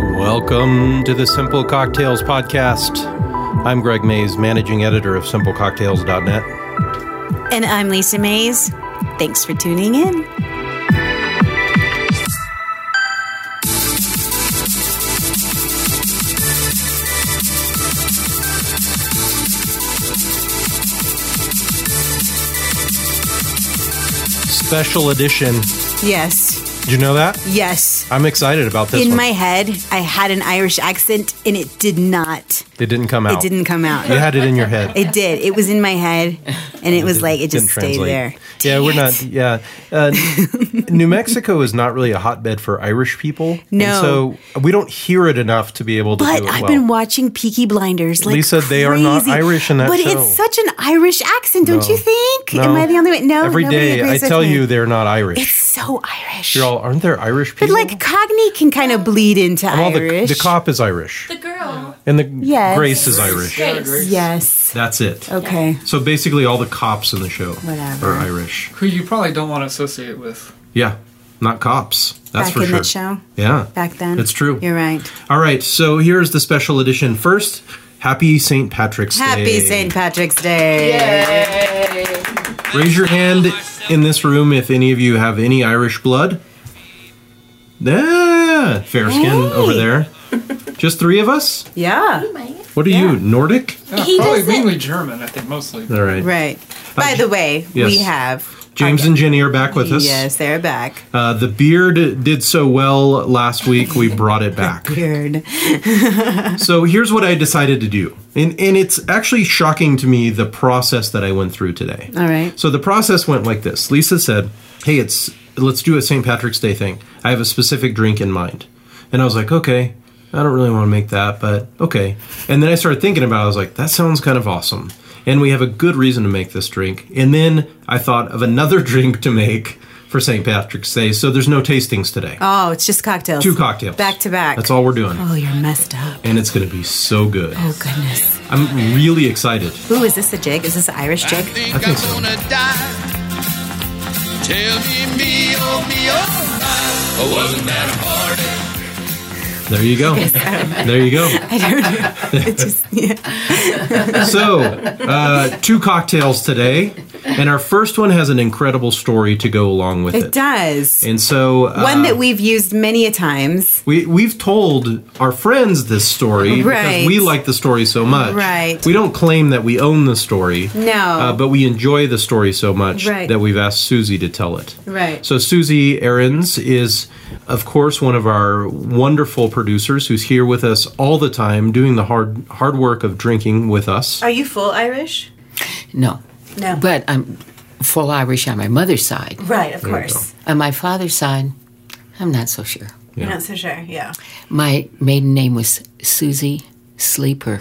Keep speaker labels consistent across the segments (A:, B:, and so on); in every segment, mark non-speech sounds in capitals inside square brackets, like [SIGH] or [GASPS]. A: Welcome to the Simple Cocktails Podcast. I'm Greg Mays, managing editor of simplecocktails.net.
B: And I'm Lisa Mays. Thanks for tuning in.
A: Special edition.
B: Yes,
A: Did you know that?
B: yes.
A: I'm excited about this
B: In
A: one.
B: my head, I had an Irish accent and it did not.
A: it didn't come
B: It
A: out.
B: didn't come out.
A: You had it in your head.
B: [LAUGHS] It did. It was in my head and it was like, it just
A: Didn't
B: stayed
A: translate.
B: there.
A: Yeah,
B: Dang
A: we're
B: it.
A: not. Yeah,
B: [LAUGHS]
A: uh, New Mexico is not really a hotbed for Irish people.
B: No.
A: and so we don't hear it enough to be able to.
B: But
A: do it
B: I've
A: well.
B: been watching Peaky Blinders. Like
A: Lisa, they are not
B: crazy.
A: Irish in that
B: But
A: show.
B: it's such an Irish accent, don't
A: No.
B: you think?
A: No.
B: Am I the only one? No,
A: every
B: oh, nobody
A: day I
B: agrees with
A: tell
B: me.
A: you they're not Irish.
B: It's so Irish.
A: You're all, aren't there Irish
B: but
A: people?
B: like Cogni can kind of bleed into
A: well, the,
B: Irish.
A: the cop is Irish,
C: The girl.
A: and the
B: Yes.
A: Grace is Irish.
C: Grace.
B: Yes.
A: That's it.
B: Okay.
A: So basically, all the cops in the show
B: Whatever.
A: are Irish.
C: Who you probably don't want to associate with.
A: Yeah, not cops. That's
B: Back
A: for
B: in
A: sure.
B: that show?
A: Yeah,
B: Back then.
A: It's true.
B: You're right.
A: All right, so here's the special edition. First, happy St. Patrick's Day.
B: Happy St. Patrick's Day.
A: Raise your hand in this room if any of you have any Irish blood. Yeah, fair skin over
B: Hey.
A: there. Just three of us?
B: Yeah.
A: What are you, Nordic?
C: Yeah,
D: He
C: probably
D: doesn't-
C: mainly German, I think, mostly.
A: All right.
B: Right. By the way, we
A: yes.
B: have
A: James and Jenny are back with us.
B: Yes, they're back.
A: Uh, the beard did so well last week, we brought it back.
B: Weird.
A: So here's what I decided to do. And, and it's actually shocking to me the process that I went through today.
B: All right.
A: So the process went like this. Lisa said, "Hey, it's let's do a St. Patrick's Day thing. I have a specific drink in mind." And I was like, "Okay, I don't really want to make that, but okay." And then I started thinking about it. I was like, "That sounds kind of awesome." And we have a good reason to make this drink. And then I thought of another [LAUGHS] drink to make for St. Patrick's Day. So there's no tastings today.
B: Oh, it's just cocktails.
A: Two cocktails.
B: Back to back.
A: That's all we're doing.
B: Oh, you're messed up.
A: And it's going to be so good.
B: Oh, goodness.
A: I'm really excited.
B: Ooh, is this a jig? Is this an Irish
E: I
B: jig?
E: think
A: I think
E: I'm
A: so.
E: gonna die. Tell me, me, oh, me, oh, my. Oh, wasn't that a party?
A: There you go. there you go.
B: I don't
A: [LAUGHS]
B: know. It just, yeah.
A: So, uh, two cocktails today, and our first one has an incredible story to go along with
B: It
A: it.
B: does.
A: And so, uh,
B: One that we've used many a times.
A: we we've told our friends this story because
B: Right.
A: we like the story so much.
B: Right.
A: We don't claim that we own the story.
B: No.
A: Uh, but we enjoy the story so much
B: Right.
A: that we've asked Susie to tell it.
B: Right.
A: So Susie Ahrens is, of course, one of our wonderful producers who's here with us all the time, doing the hard hard work of drinking with us.
B: Are you full Irish?
F: No.
B: No.
F: But I'm full Irish on my mother's side.
B: Right, of
A: you course.
F: On my father's side, I'm not so sure.
A: Yeah.
B: so sure. Yeah.
F: My maiden name was Susie Sleeper,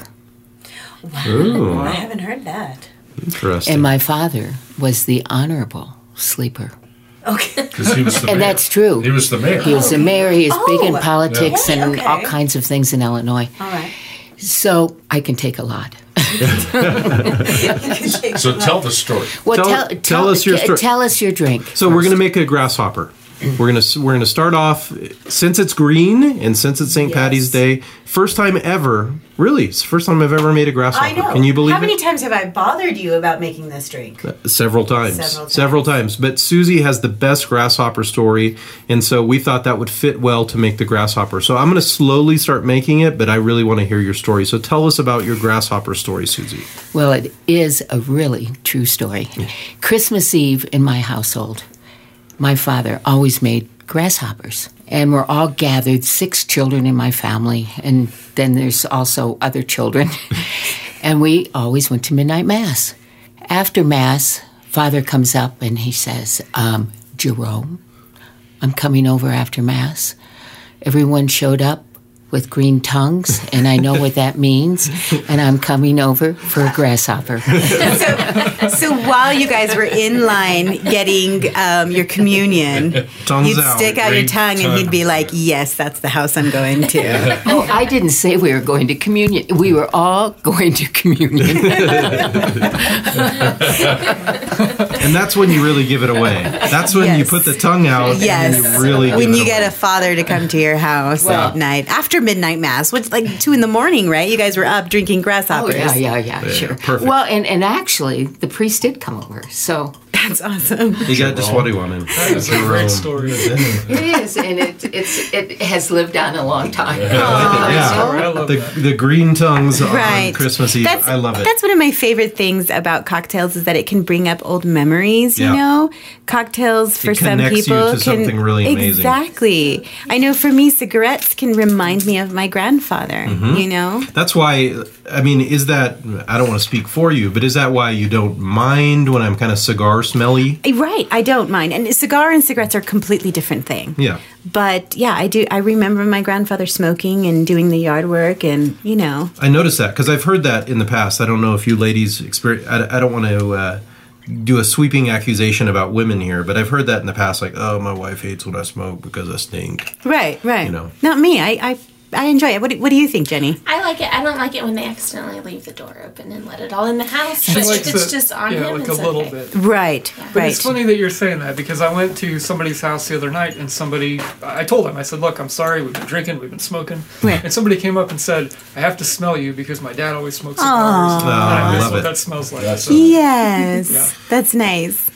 A: Ooh,
B: I haven't heard that.
A: interesting.
F: and my father was the Honorable Sleeper.
G: [LAUGHS]
B: Okay.
G: Because he was the
F: And
G: mayor.
F: that's true.
G: He was the mayor.
F: He was the mayor. He was big in
B: Oh,
F: politics
B: okay,
F: and
B: okay.
F: all kinds of things in Illinois.
B: All right.
F: So I can take a lot.
B: [LAUGHS]
G: so tell the story.
F: Well,
A: Tell-
F: tell,
A: tell us your story.
F: Tell us your drink.
A: So we're gonna make a grasshopper. We're gonna s- we're gonna start off since it's green and since it's St. Patty's Day. First time ever, really. It's the first time I've ever made a grasshopper.
B: I know.
A: Can you believe
B: How many
A: it?
B: times have I bothered you about making
A: [LAUGHS]
B: this drink?
A: Several times.
B: Several times.
A: times. But Susie has the best grasshopper story, and so we thought that would fit well to make the grasshopper. So I'm gonna slowly start making it, but I really want to hear your story. So tell us about your grasshopper story, Susie.
F: Well, it is a really true story. Christmas Eve in my household, my father always made grasshoppers. And we're all gathered, six children in my family, and then there's also other children. and we always went to midnight mass. After mass, father comes up and he says, um, Jerome, I'm coming over after mass. Everyone showed up with green tongues, and I know what that means. And I'm coming over for a grasshopper.
B: so, so while you guys were in line getting um, your communion,
A: [LAUGHS] Tongues
B: you'd
A: out.
B: stick out your
G: Big
B: tongue and he'd be like, "Yes, that's the house I'm going
A: [LAUGHS]
B: to."
F: Oh, I didn't say we were going to communion. We were all going to communion.
A: And that's when you really give it away. That's when you
B: Yes.
A: put the tongue out. and
B: Yes.
A: you really.
B: when
A: give it
B: you
A: away.
B: get a father to come to your house at night after midnight mass, which like two in the morning, right? You guys were up drinking
F: Oh,
B: grasshoppers.
F: yeah, yeah, yeah, sure.
A: perfect.
F: Well, and, and actually, the priest did come over. So
B: That's awesome.
A: You got just what he wanted.
C: That is a great story.
F: it is, and it, it's, it has lived on a long time.
A: Yeah.
C: I love
A: The,
C: that.
A: the green tongues on
B: Right.
A: Christmas Eve.
B: That's,
A: I love it.
B: That's one of my favorite things about cocktails is that it can bring up old memories. You
A: Yeah.
B: know, cocktails for some
A: connects you
B: people
A: to
B: can
A: something really amazing.
B: Exactly. I know for me, cigarettes can remind me of my grandfather.
A: Mm-hmm.
B: You know,
A: That's why, I mean, is that, I don't want to speak for you, but is that why you don't mind when I'm kind of cigar smelly?
B: Eh, right? I don't mind. And cigar and cigarettes are a completely different thing.
A: Yeah.
B: But yeah, I do. I remember my grandfather smoking and doing the yard work, and you know,
A: I noticed that because I've heard that in the past. I don't know if you ladies experience, I, I don't want to uh, do a sweeping accusation about women here, but I've heard that in the past. Like, oh, my wife hates when I smoke because I stink.
B: right, right.
A: You know.
B: Not me. I, I, I enjoy it. What do, what do you think, Jenny?
D: I like it. I don't like it when they accidentally leave the door open and let it all in the house. But if
C: likes
D: it's
C: it,
D: just on
C: yeah,
D: him,
C: like
D: it's
C: a little
D: okay.
C: bit.
B: Right, right.
C: It's funny that you're saying that because I went to somebody's house the other night and somebody, I told him, I said, look, I'm sorry, we've been drinking, we've been smoking.
B: Right.
C: And somebody came up and said, I have to smell you because my dad always smokes cigars. and
A: Oh, I
C: I miss
A: love
C: what
A: it.
C: that smells like.
G: That's
C: so,
B: Yes,
C: Yeah.
B: that's nice.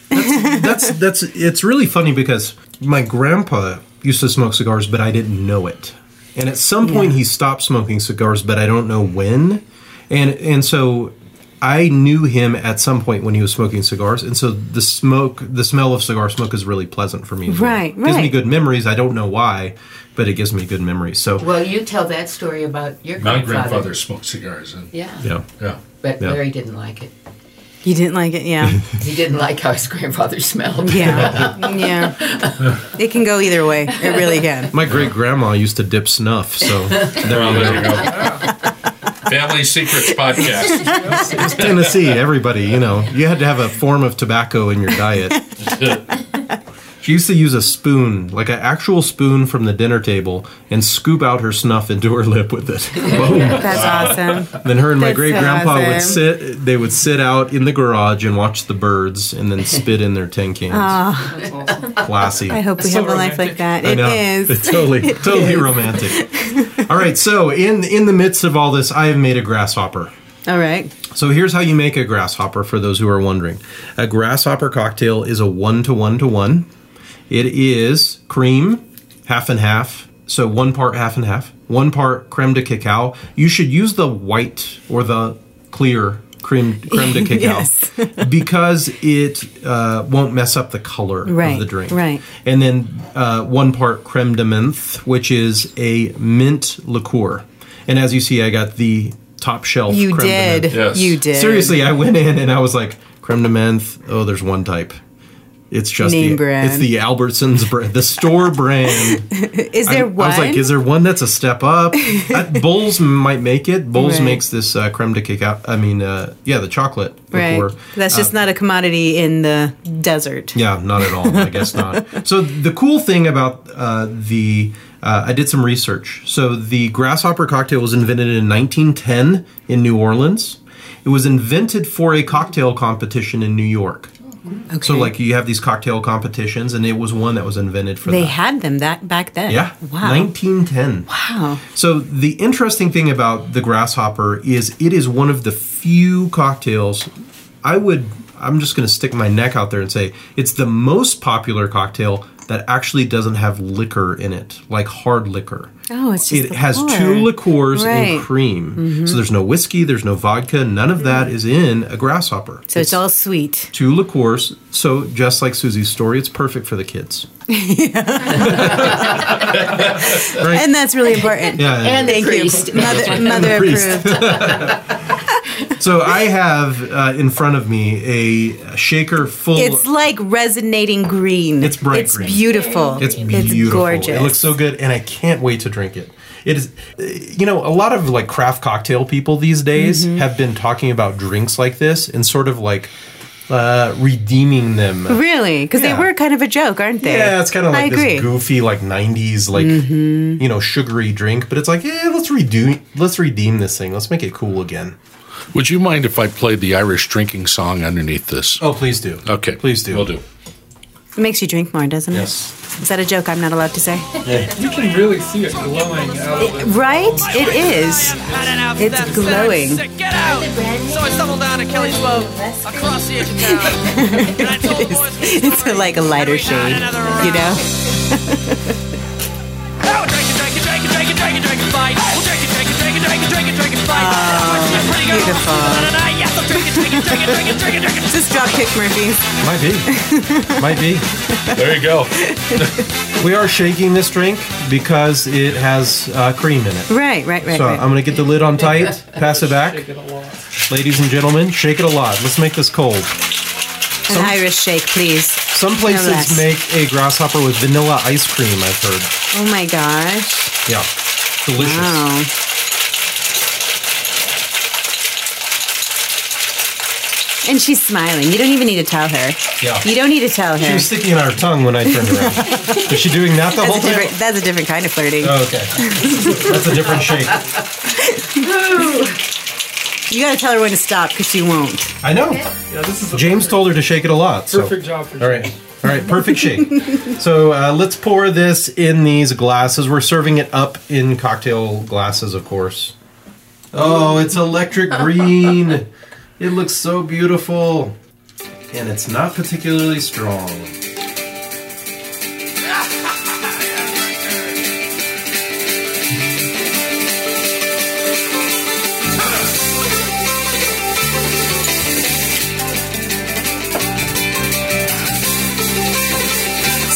A: that's that's it's really funny because my grandpa used to smoke cigars, but I didn't know it. And at some point, he stopped smoking cigars, but I don't know when. And and so I knew him at some point when he was smoking cigars, and so the smoke, the smell of cigar smoke, is really pleasant for me.
B: Right,
A: Gives me
B: right.
A: good memories. I don't know why, but it gives me good memories. So
F: Well, you tell that story about your
G: My
F: grandfather.
G: grandfather smoked cigars, and
F: Yeah,
A: yeah,
G: yeah,
F: but
A: Yeah.
F: Larry didn't like it.
B: You didn't like it, yeah,
F: He didn't like how his grandfather smelled.
B: [LAUGHS] yeah, yeah. It can go either way. It really can.
A: my great grandma used to dip snuff.
B: [LAUGHS]
A: So there
G: Well,
A: you
G: there
A: go.
G: you go. Family Secrets podcast.
A: Tennessee, everybody, you know, you had to have a form of tobacco in your diet. She used to use a spoon, like an actual spoon from the dinner table, and scoop out her snuff into her lip with it.
B: [LAUGHS]
A: Boom.
B: That's awesome.
A: then her and my
B: That's
A: great grandpa would
B: awesome.
A: sit. They would sit out in the garage and watch the birds, and then spit in their tin cans.
C: that's awesome.
A: Classy.
B: Ah. I hope we
C: It's
B: have
C: so
B: a life like
C: romantic.
B: that.
A: I
B: It
A: know.
B: is.
A: It's totally,
B: [LAUGHS]
A: totally romantic. All right. So in in the midst of all this, I have made a grasshopper.
B: All right.
A: So here's how you make a grasshopper for those who are wondering. A grasshopper cocktail is a one to one to one. It is cream, half and half. So one part half and half, one part creme de cacao. You should use the white or the clear creme, creme de cacao [LAUGHS]
B: [LAUGHS] Yes.
A: because it uh, won't mess up the color of
B: Right,
A: the drink.
B: right.
A: And then uh, one part creme de menthe, which is a mint liqueur. And as you see, I got the top shelf.
B: You
A: creme de menthe.
B: did.
G: Yes.
B: You did.
A: Seriously, I went in and I was like, creme de menthe. Oh, there's one type. It's just
B: Name
A: the,
B: brand.
A: It's the Albertsons brand, the
B: [LAUGHS]
A: store brand.
B: Is
A: I,
B: there one?
A: I was like, is there one that's a step up?
B: [LAUGHS]
A: I, Bowls might make it. Bowls
B: Right.
A: makes this uh, creme de cacao. I mean, uh, yeah, the chocolate.
B: right.
A: liqueur.
B: That's just not a commodity in the desert.
A: Uh, Yeah, not at all. I guess
B: [LAUGHS]
A: not. So the cool thing about uh, the uh, I did some research. So the grasshopper cocktail was invented in 1910 in New Orleans. It was invented for a cocktail competition in New York.
B: Oh, Okay.
A: So like you have these cocktail competitions, and it was one that was invented for
B: they
A: that.
B: had them that back then.
A: yeah,
B: Wow.
A: 1910.
B: wow.
A: So the interesting thing about the grasshopper is it is one of the few cocktails I would I'm just going to stick my neck out there and say it's the most popular cocktail that actually doesn't have liquor in it, like hard liquor.
B: Oh, it's just
A: It has
B: liqueur.
A: two liqueurs
B: Right. Mm-hmm.
A: and cream. So there's no whiskey, there's no vodka, none of that is in a grasshopper.
B: Mm. So it's all sweet.
A: two liqueurs. So just like Susie's story, it's perfect for the kids. Right.
B: And that's really important.
A: Yeah.
F: And the
B: Thank
F: priest.
B: you. Mother, mother
A: priest.
B: approved.
A: So I have uh, in front of me a shaker full.
B: It's like resonating green.
A: It's bright
B: It's
A: green.
B: beautiful.
A: It's beautiful.
B: gorgeous.
A: It looks so good, and I can't wait to drink it. It is, uh, you know, a lot of like craft cocktail people these days
B: Mm-hmm.
A: have been talking about drinks like this and sort of like uh, redeeming them.
B: really because
A: Yeah.
B: they were kind of a joke, aren't they?
A: Yeah, it's kind of
B: I
A: like
B: agree. Mm-hmm.
A: this goofy, like '90s, like you know, sugary drink. But it's like, yeah, let's redo, let's redeem this thing. Let's make it cool again.
G: Would you mind if I played the Irish drinking song underneath this?
A: Oh, please do.
G: Okay,
A: please do.
G: We'll do.
B: It makes you drink more, doesn't
A: Yes.
B: Is that a joke I'm not allowed to say?
C: You can really see it glowing out of it.
B: Right? It is. It's glowing.
H: Get out! So I stumbled down to Kelly's Loaf across the edge of town. and I told the boys we
B: [LAUGHS] It's a, like a lighter shade, you know?
H: Oh, drink it, drink it, drink it, drink it, drink it, drink it, fight. We'll drink it, drink it, drink it, drink it, drink it, drink it, fight. Oh,
B: beautiful.
H: Yes, I'll drink it, drink it, drink it, drink it, drink it, drink it.
B: Is this Dropkick Murphys?
A: Might be. Might be.
G: There you go.
A: We are shaking this drink because it has uh, cream in it.
B: Right, right, right,
A: So um,
B: right.
A: I'm going to get the lid on tight, pass it back.
C: Shake it a lot.
A: Ladies and gentlemen, shake it a lot. Let's make this cold.
B: An Irish shake, please.
A: Some places
B: less.
A: make a grasshopper with vanilla ice cream, I've heard.
B: Oh my gosh.
A: Yeah. Delicious.
B: Wow. And she's smiling. You don't even need to tell her.
A: Yeah.
B: You don't need to tell
A: She
B: her.
A: was sticking out her tongue when I turned
B: [LAUGHS]
A: around. was she doing that the
B: That's
A: whole
B: a,
A: time?
B: different, that's a different kind of flirting.
A: Oh, okay. That's a different shake.
B: You gotta tell her when to stop because she won't.
A: I know.
C: Yeah, this is a
A: James told her to shake it a lot. So.
C: perfect job for
A: All right. All right. Perfect shake. So uh, let's pour this in these glasses. We're serving it up in cocktail glasses, of course. Oh, it's electric green. it looks so beautiful. And it's not particularly strong.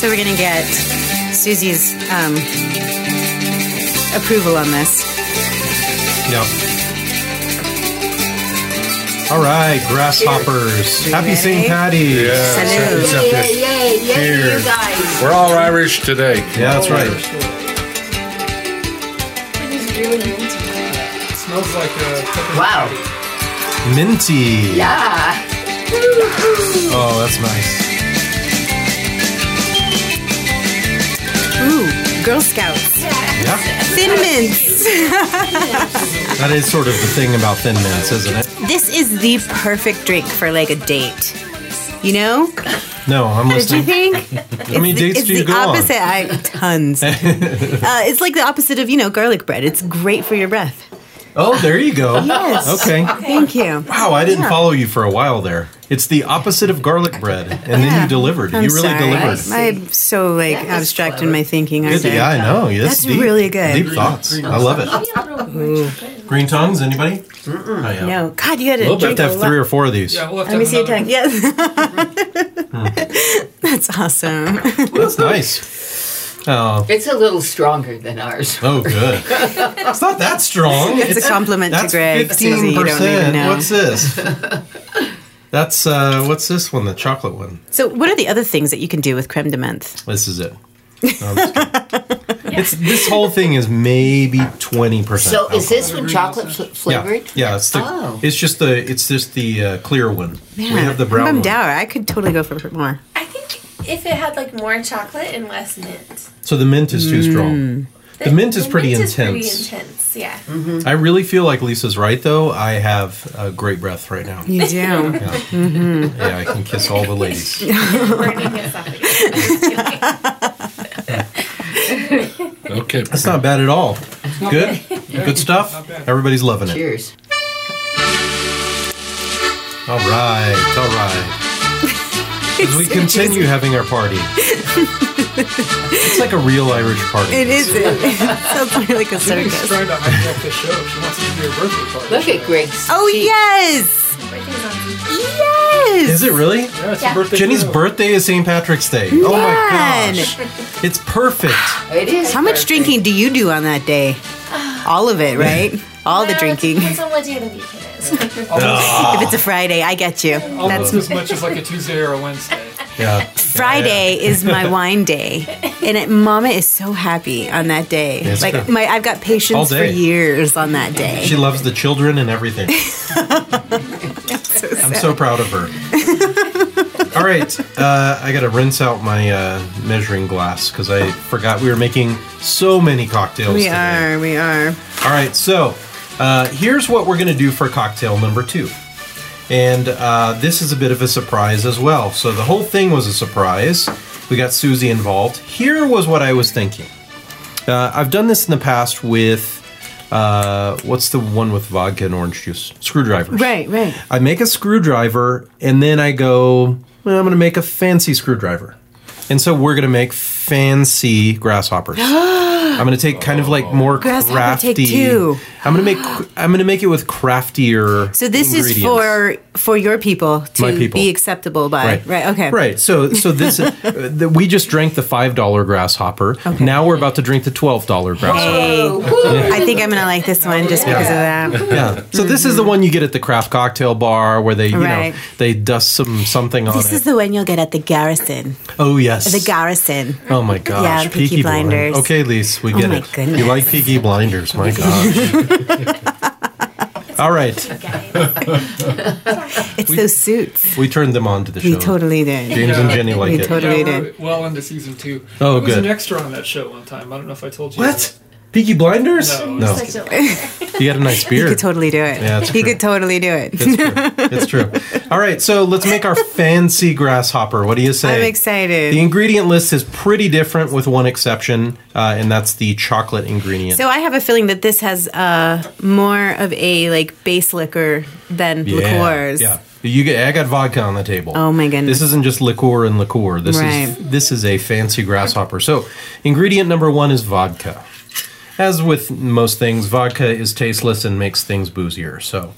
B: So we're gonna get Susie's um, approval on this.
A: Yeah. All right, grasshoppers. Happy St. Patty's.
G: Yeah.
B: Hello.
G: Except
D: Yay,
G: it-
D: yay, yay,
G: Cheers.
D: you guys.
G: We're all Irish today.
A: Yeah, that's right.
D: This is really minty.
C: It smells like uh, a pepper.
F: Wow.
A: Minty.
F: Yeah.
A: Oh, that's nice.
B: Ooh, Girl Scouts.
A: Yeah.
B: Thin mints.
A: That is sort of the thing about thin mints, isn't it?
B: This is the perfect drink for like a date. You know?
A: No, I'm
B: Did you
A: listening.
B: think?
A: How many dates
B: it's
A: do you go
B: the
A: on?
B: opposite. I
A: [LAUGHS]
B: tons. uh, it's like the opposite of you know garlic bread. It's great for your breath.
A: Oh, there you go.
B: Yes.
A: Okay.
B: Thank you.
A: Wow, I didn't
B: Yeah.
A: follow you for a while there. It's the opposite of garlic bread, and then
B: Yeah.
A: you delivered.
B: I'm
A: you really
B: sorry.
A: delivered.
B: I'm so like
F: That was
B: abstract in
F: clever.
B: my thinking.
A: Good-
B: Aren't I?
A: yeah, I know. Yes,
B: That's
A: deep,
B: really good.
A: Deep
B: Green-
A: thoughts.
C: green
A: I love it.
D: A little
A: Mm.
D: more chocolate.
A: Green tongues? Anybody? Oh, yeah.
B: No, God, you had to
A: We'll have
B: drink
A: to
B: a
A: have
B: lot.
A: three or four of these.
C: Yeah, we'll have to
B: Let me
C: have
B: see your
C: another-
B: tongue. Yes.
A: [LAUGHS]
B: [LAUGHS] That's awesome.
A: That's nice. Oh,
F: It's a little stronger than ours.
A: oh, good.
B: [LAUGHS]
A: it's not that strong.
B: It's, a compliment to
A: That's
B: Greg. Susie,
A: fifteen
B: you don't even
A: percent.
B: know.
A: What's this?
B: [LAUGHS]
A: That's uh, what's this one? The chocolate one.
B: so, what are the other things that you can do with creme de menthe?
A: This is it. No, I'm just kidding. it's this whole thing is maybe twenty percent.
F: So is this one chocolate fl- flavored?
A: Yeah, yeah. It's the.
F: Oh.
A: It's just the. It's just the uh, clear one. we have the
B: I'm
A: brown
B: bummed
A: one.
B: out. I could totally go for more.
D: I think if it had like more chocolate and less mint.
A: So the mint is too strong. The, mint is pretty
D: mint
A: intense.
D: Is pretty
A: [LAUGHS]
D: intense, yeah.
A: I really feel like Lisa's right, though. I have a great breath right now.
B: You do.
A: Yeah, I can kiss all the ladies.
D: Burning [LAUGHS] esophagus.
G: Okay.
A: That's not bad at all. Good, good stuff.
C: Not bad.
A: Everybody's loving it.
F: Cheers.
A: All right, all right. As we continue having our party, it's like a real Irish party.
B: [LAUGHS] It is. It sounds like a
C: She's
B: circus.
C: trying to hijack the show. She wants to do a birthday party.
F: Look at Greg's.
B: Oh
F: cheek.
B: yes, yes.
A: Is it really?
C: Yeah, it's
D: Yeah.
C: your birthday
A: Jenny's
C: show.
A: birthday is St. Patrick's Day. Oh my
B: Man.
A: gosh, it's perfect.
F: It is.
B: How much drinking do you do on that day? All of
A: [SIGHS]
B: it, right? All the
D: Well,
B: drinking.
D: Depends on what day of the week it
A: [LAUGHS]
D: is. [LAUGHS]
A: Oh.
B: If it's a Friday, I get you.
C: Almost
B: That's
C: as much as like a Tuesday or a Wednesday.
A: Yeah,
B: Friday
A: [LAUGHS]
B: is my wine day, and it, Mama is so happy on that day.
A: Yes,
B: like
A: ma'am.
B: my, I've got
A: All
B: patience for
A: day.
B: years on that day.
A: she loves the children and
B: [LAUGHS]
A: everything. I'm so proud of her. All right, uh, I gotta rinse out my uh, measuring glass because I forgot we were making so many cocktails.
B: we
A: today.
B: are, we are.
A: All right, so uh, here's what we're going to do for cocktail number two. And uh, this is a bit of a surprise as well. So the whole thing was a surprise. We got Susie involved. Here was what I was thinking. Uh, I've done this in the past with uh, what's the one with vodka and orange juice? Screwdrivers.
I: Right, right.
A: I make a screwdriver and then I go, well, I'm going to make a fancy screwdriver. And so we're going to make fancy
B: [GASPS]
A: grasshoppers. I'm going to take kind of like more
B: Grasshopper
A: crafty.
B: take two.
A: I'm going to make I'm going to make it with craftier
B: So this is
A: ingredients.
B: for for your people to
A: My people.
B: be acceptable by. Right. Okay.
A: Right. So so this
B: [LAUGHS]
A: uh, the, we just drank the five dollar grasshopper. Now we're about to drink the twelve dollar grasshopper.
B: Hey, I think I'm gonna like this one just because of that.
A: Yeah. So this is the one you get at the craft cocktail bar where they you
B: Mm-hmm. Right.
A: know they dust some something on
B: This
A: it.
B: is the one you'll get at the Garrison.
A: oh yes.
B: The Garrison.
A: Oh my gosh.
B: Yeah, Peaky Blinders. Oh
A: Okay, Lise, we get
B: my
A: it.
B: goodness.
A: You like Peaky Blinders?
B: [LAUGHS]
A: My gosh. All right,
D: guys.
B: It's those suits.
A: we turned them on to the show.
B: We totally did.
A: James and Jenny like
B: We
A: it.
B: totally
C: Yeah,
B: did.
C: we're well into season two.
A: Oh,
C: I was
A: good.
C: an extra on that show one time. I don't know if I told you.
A: What? Peaky Blinders?
C: No.
A: no.
D: Such a liar.
A: You got a nice
B: [LAUGHS] You
A: beard.
B: could totally do it.
A: Yeah, it's
B: you
A: true.
B: could totally do it. [LAUGHS]
A: It's true. It's true. All right, so let's make our fancy grasshopper. What do you say?
B: I'm excited.
A: The ingredient list is pretty different with one exception, uh, and that's the chocolate ingredient.
B: So I have a feeling that this has uh, more of a like base liquor than liqueurs.
A: Yeah. You get, I got vodka on the table.
B: Oh my goodness.
A: This isn't just liqueur and liqueur. This
B: Right.
A: is this is a fancy grasshopper. So, ingredient number one is vodka. As with most things, vodka is tasteless and makes things boozier. So,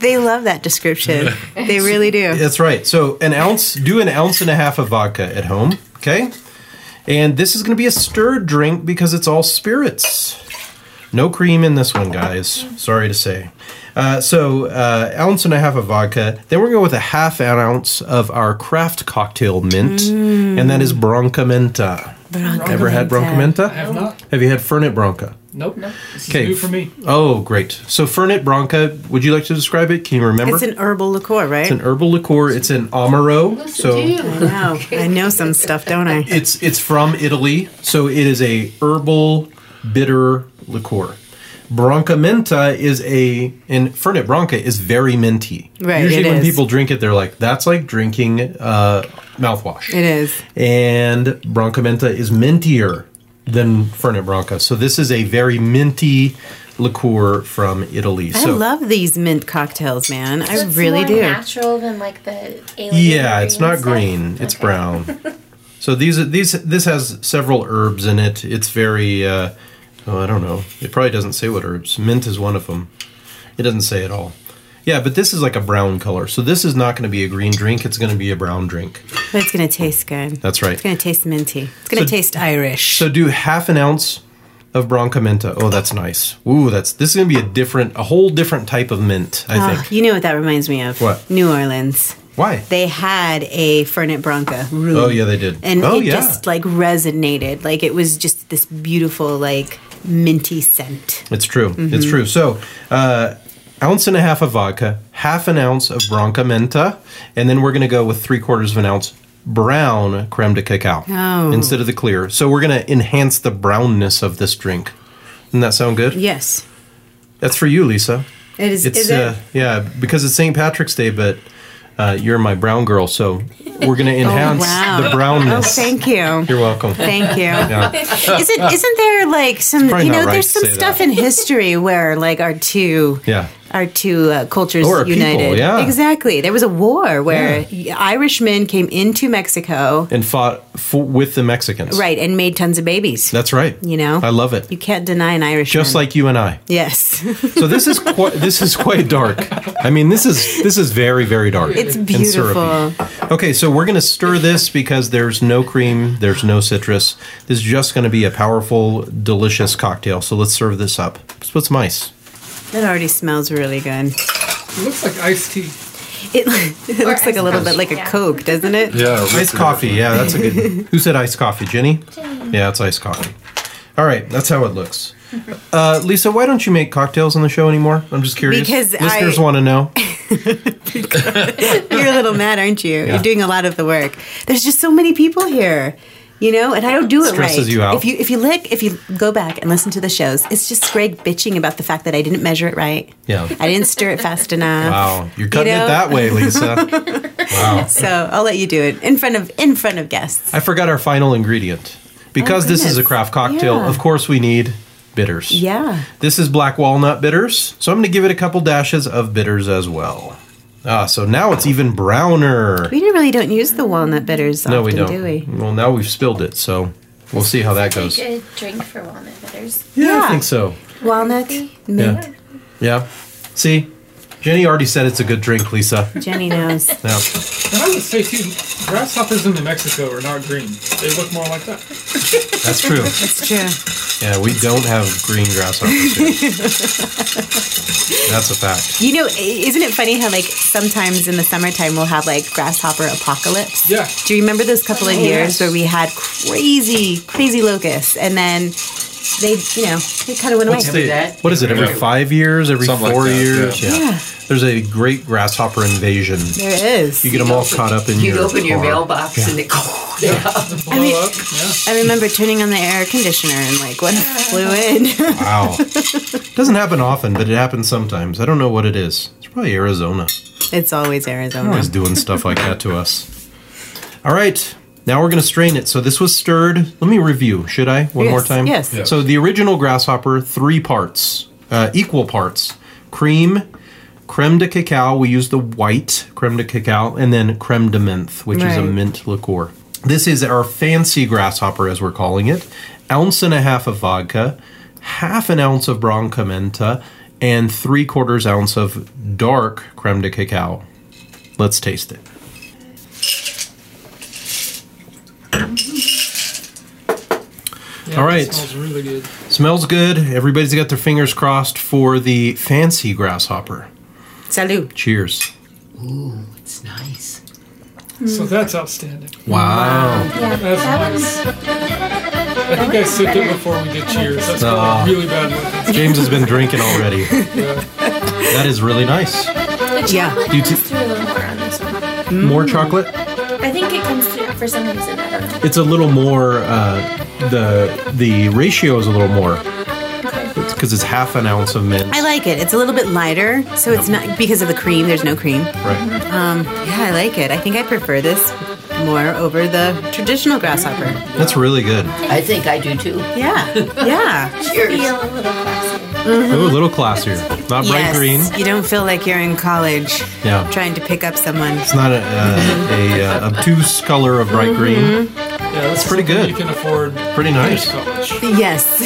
B: They love
A: [LAUGHS]
B: that description. they really do.
A: That's right. So an ounce, do an ounce and a half of vodka at home, okay? And this is going to be a stirred drink because it's all spirits. No cream in this one, guys. Sorry to say. Uh, so uh, ounce and a half of vodka. Then we're going to go with a half an ounce of our craft cocktail mint, and that is Bronca Menta. Ever had Bronca Menta?
C: I have not.
A: Have you had Fernet Bronca?
C: Nope. This is
A: Okay.
C: new for me.
A: Oh, great. So Fernet Bronca, would you like to describe it? Can you remember?
B: It's an herbal liqueur, right?
A: It's an herbal liqueur. It's an amaro. So
B: wow. [LAUGHS] I know some stuff, don't I?
A: it's it's from Italy. So it is a herbal bitter liqueur. Branca menta is a and Fernet Branca is very minty.
B: Right,
A: Usually
B: it
A: when
B: is.
A: people drink it, they're like, "That's like drinking uh, mouthwash."
B: It is.
A: And Branca menta is mintier than Fernet Branca. So this is a very minty liqueur from Italy.
B: I
A: so
B: love these mint cocktails, man. I
D: It's
B: really
D: more
B: do.
D: Natural than like the alien
A: Yeah, it's not
D: stuff.
A: green. It's
B: [LAUGHS]
D: Okay.
A: brown. so these are- these this has several herbs in it. It's very uh, oh I don't know. It probably doesn't say what herbs. Mint is one of them. It doesn't say at all. Yeah, but this is like a brown color. So this is not going to be a green drink. It's going to be a brown drink.
B: But it's going to taste good.
A: That's right.
B: It's going to taste minty. It's going to
A: So-
B: taste Irish.
A: So do half an ounce of Bronca Menta. Oh, that's nice. Ooh, that's this is going to be a different, a whole different type of mint. I
B: Oh,
A: think.
B: you know what that reminds me of?
A: What?
B: New Orleans.
A: Why?
B: They had a Fernet Branca.
A: oh yeah, they did.
B: and
A: oh
B: it
A: yeah.
B: just like resonated like it was just this beautiful like minty scent
A: It's true. It's
B: Mm-hmm.
A: true. So, uh, ounce and a half of vodka, half an ounce of Branca Menta, and then we're going to go with three quarters of an ounce brown creme de cacao
B: Oh.
A: instead of the clear. So we're going to enhance the brownness of this drink. Doesn't that sound good?
B: yes
A: That's for you, Lisa.
B: it is
A: It's
B: is
A: uh, yeah, because it's St. Patrick's Day, but uh, you're my brown girl, so we're
B: [LAUGHS]
A: going to enhance
B: wow.
A: the
B: oh
A: brownness.
B: thank you
A: you're welcome.
B: thank
A: [LAUGHS]
B: you
A: Yeah.
B: isn't isn't there like some
A: probably
B: you
A: not
B: know
A: right
B: there's
A: to
B: some
A: say
B: stuff
A: that.
B: in history where like our two
A: Yeah.
B: our two uh, cultures
A: Or our people,
B: united
A: yeah.
B: exactly there was a war where irishmen came into mexico
A: And fought f- with the Mexicans.
B: right and made tons of babies
A: That's right.
B: you know
A: I love it.
B: you can't deny an irishman
A: Just like you and I.
B: yes [LAUGHS]
A: So this is [LAUGHS] quite this is quite dark. I mean, this is this is very very dark.
B: it's
A: and syrupy.
B: beautiful
A: Okay, so we're gonna stir this because there's no cream, there's no citrus. This is just gonna be a powerful, delicious cocktail. So let's serve this up. Let's put some ice.
B: That already smells really good.
C: It looks like iced tea.
B: It, [LAUGHS] it looks like a little bit like a
D: yeah.
B: Coke, doesn't it?
G: Yeah,
A: Iced coffee. Yeah, that's a
B: [LAUGHS]
A: good. Who said iced coffee, Jenny? Yeah, it's iced coffee. All right, that's how it looks. Uh, Lisa, why don't you make cocktails on the show anymore? I'm just curious.
B: Because I-
A: listeners want to know.
B: You're a little mad, aren't you? You're doing a lot of the work. There's just so many people here. You know, and I don't do it
A: Stresses
B: right.
A: you out.
B: If you if you look if you go back and listen to the shows, it's just Greg bitching about the fact that I didn't measure it right.
A: Yeah.
B: I didn't stir it
A: [LAUGHS]
B: fast enough. [LAUGHS]
A: Wow, you're cutting
B: know?
A: it that way, Lisa.
B: [LAUGHS] So I'll let you do it in front of in front of guests.
A: I forgot our final ingredient. Because this is a
B: Oh, goodness.
A: craft cocktail,
B: Yeah.
A: of course we need bitters.
B: Yeah.
A: This is black walnut bitters, so I'm going to give it a couple dashes of bitters as well. Ah, so now it's even browner.
B: We really don't use the walnut bitters
A: No,
B: often,
A: we don't.
B: do we?
A: Well, now we've spilled it, so we'll see how that
D: Like
A: goes. Yeah,
D: a drink for walnut bitters.
A: I think so.
B: Walnut, mint.
A: Yeah. Yeah. See, Jenny already said it's a good drink, Lisa.
B: Jenny knows.
A: Yeah.
C: And I would say too, grasshoppers in New Mexico are not green. They look more like that.
A: That's true.
B: It's true.
A: Yeah, we don't have green grasshoppers here. That's a fact.
B: You know, i- isn't it funny how like sometimes in the summertime we'll have like grasshopper apocalypse?
C: Yeah.
B: Do you remember those couple
A: Oh,
B: of years where we had crazy, crazy locusts, and then they, you know, they kind of went
A: What's
B: away.
A: the-
F: that?
A: what is it? Every
G: Yeah.
A: five years? Every
G: Something like
A: four
G: that,
A: years?
G: yeah.
A: Yeah.
B: Yeah.
A: There's a great grasshopper invasion.
B: there is.
A: You get them all caught up in
F: You'd
A: your
F: open your
A: car.
F: mailbox and it.
C: Blow
B: mean-
C: up. Yeah.
B: I remember turning on the air conditioner and like
A: [LAUGHS]
B: what flew in. [LAUGHS]
F: [LAUGHS]
A: Wow. Doesn't happen often, but it happens sometimes. I don't know what it is. It's probably Arizona.
B: it's always Arizona.
A: Always doing stuff like that to us. All right. Now we're going to strain it. So this was stirred. Let me review. Should I? One more
B: Yes,
A: time?
B: yes.
G: Yes.
A: So the original grasshopper, three parts, uh, equal parts cream, creme de cacao. We use the white creme de cacao, and then creme de menthe, which is a
B: Right.
A: mint liqueur. This is our fancy grasshopper, as we're calling it. Ounce and a half of vodka, half an ounce of bronca menta, and three quarters ounce of dark creme de cacao. Let's taste it.
C: Yeah,
A: All
C: it
A: right.
C: Smells really good.
A: Smells good. Everybody's got their fingers crossed for the fancy grasshopper.
B: Salud.
A: Cheers.
F: Ooh, [LAUGHS] it's nice.
C: So that's outstanding.
A: Wow.
D: Yeah,
C: [LAUGHS] That's
D: that
C: nice.
D: was
C: I think I sipped it before we did cheers. That's
A: Aw.
C: probably really bad.
A: James has been drinking already. That is really nice.
D: the
B: Yeah.
D: chocolate
A: You
D: comes through a little more on this one.
A: More chocolate.
D: I think it comes through for some reason. I don't know.
A: It's a little more. Uh, the the ratio is a little more. It's because it's half an ounce of mint.
B: I like it. It's a little bit lighter, so it's not because of the cream. There's no cream.
A: right.
B: Yeah, I like it. I think I prefer this more over the traditional grasshopper.
A: That's really good.
F: I think I do too.
B: Yeah, yeah.
F: Cheers.
D: Feel a little classier.
A: Ooh, a little classier. Not bright
B: yes.
A: green.
B: You don't feel like you're in college
A: Yeah.
B: trying to pick up someone.
A: It's not a, a, a, uh obtuse color of
B: Mm-hmm.
A: bright green.
C: Yeah, that's
A: pretty
C: something
A: good.
C: You can afford.
A: Pretty nice.
C: College.
A: [LAUGHS]
B: Yes.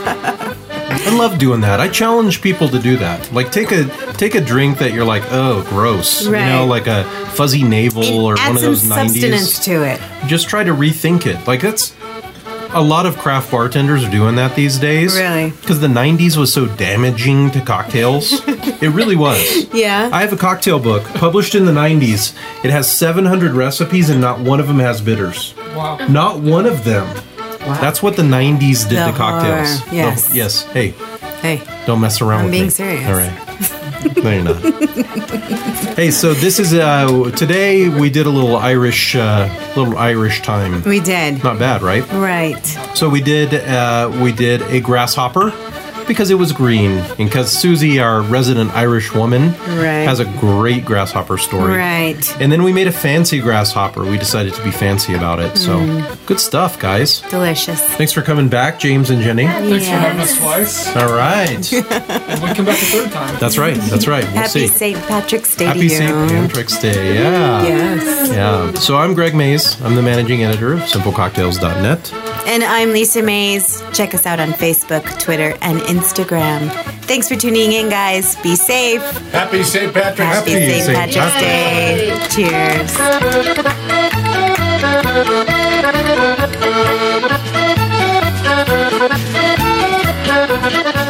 A: I love doing that. I challenge people to do that. Like take a take a drink that you're like, oh, gross. You know, like
B: Right.
A: a fuzzy navel or
B: Add
A: one of
B: some
A: those nineties.
B: substance to it.
A: Just try to rethink it. Like that's a lot of craft bartenders are doing that these days.
B: Really?
A: Because the nineties was so damaging to cocktails.
B: [LAUGHS]
A: it really was.
B: Yeah.
A: I have a cocktail book published in the 90s. It has 700 recipes, and not one of them has bitters.
C: Wow.
A: Not one of them. That's what the 90s did
B: The
A: to cocktails.
B: horror. Yes.
A: Oh, yes. Hey,
B: hey,
A: don't mess around
B: I'm
A: with
B: being
A: me.
B: serious.
A: All right. No, you're not. hey, so this is uh today we did a little Irish uh little Irish time.
B: we did.
A: Not bad, right?
B: Right.
A: So we did uh we did a grasshopper because it was green and because Susie, our resident Irish woman,
B: Right.
A: has a great grasshopper story.
B: Right.
A: And then we made a fancy grasshopper. We decided to be fancy about it. So
B: Mm.
A: good stuff, guys.
B: Delicious.
A: Thanks for coming back, James and Jenny.
C: Thanks for having us
D: Yes.
C: twice.
A: All right.
C: And we come back a third time.
A: That's right. That's right. We'll
B: Happy
A: see.
B: St. Patrick's Day to
A: Happy
B: you.
A: St. Patrick's Day. Yeah.
B: Yes.
A: Yeah. So I'm Greg Mays. I'm the managing editor of simplecocktails.net.
B: And I'm Lisa Mays. Check us out on Facebook, Twitter, and Instagram. Thanks for tuning in, guys. Be safe.
G: Happy St. Patrick's
A: Happy
B: Happy St.
A: St.
B: Patrick's
A: Patrick's
B: Day. Cheers.
E: Thank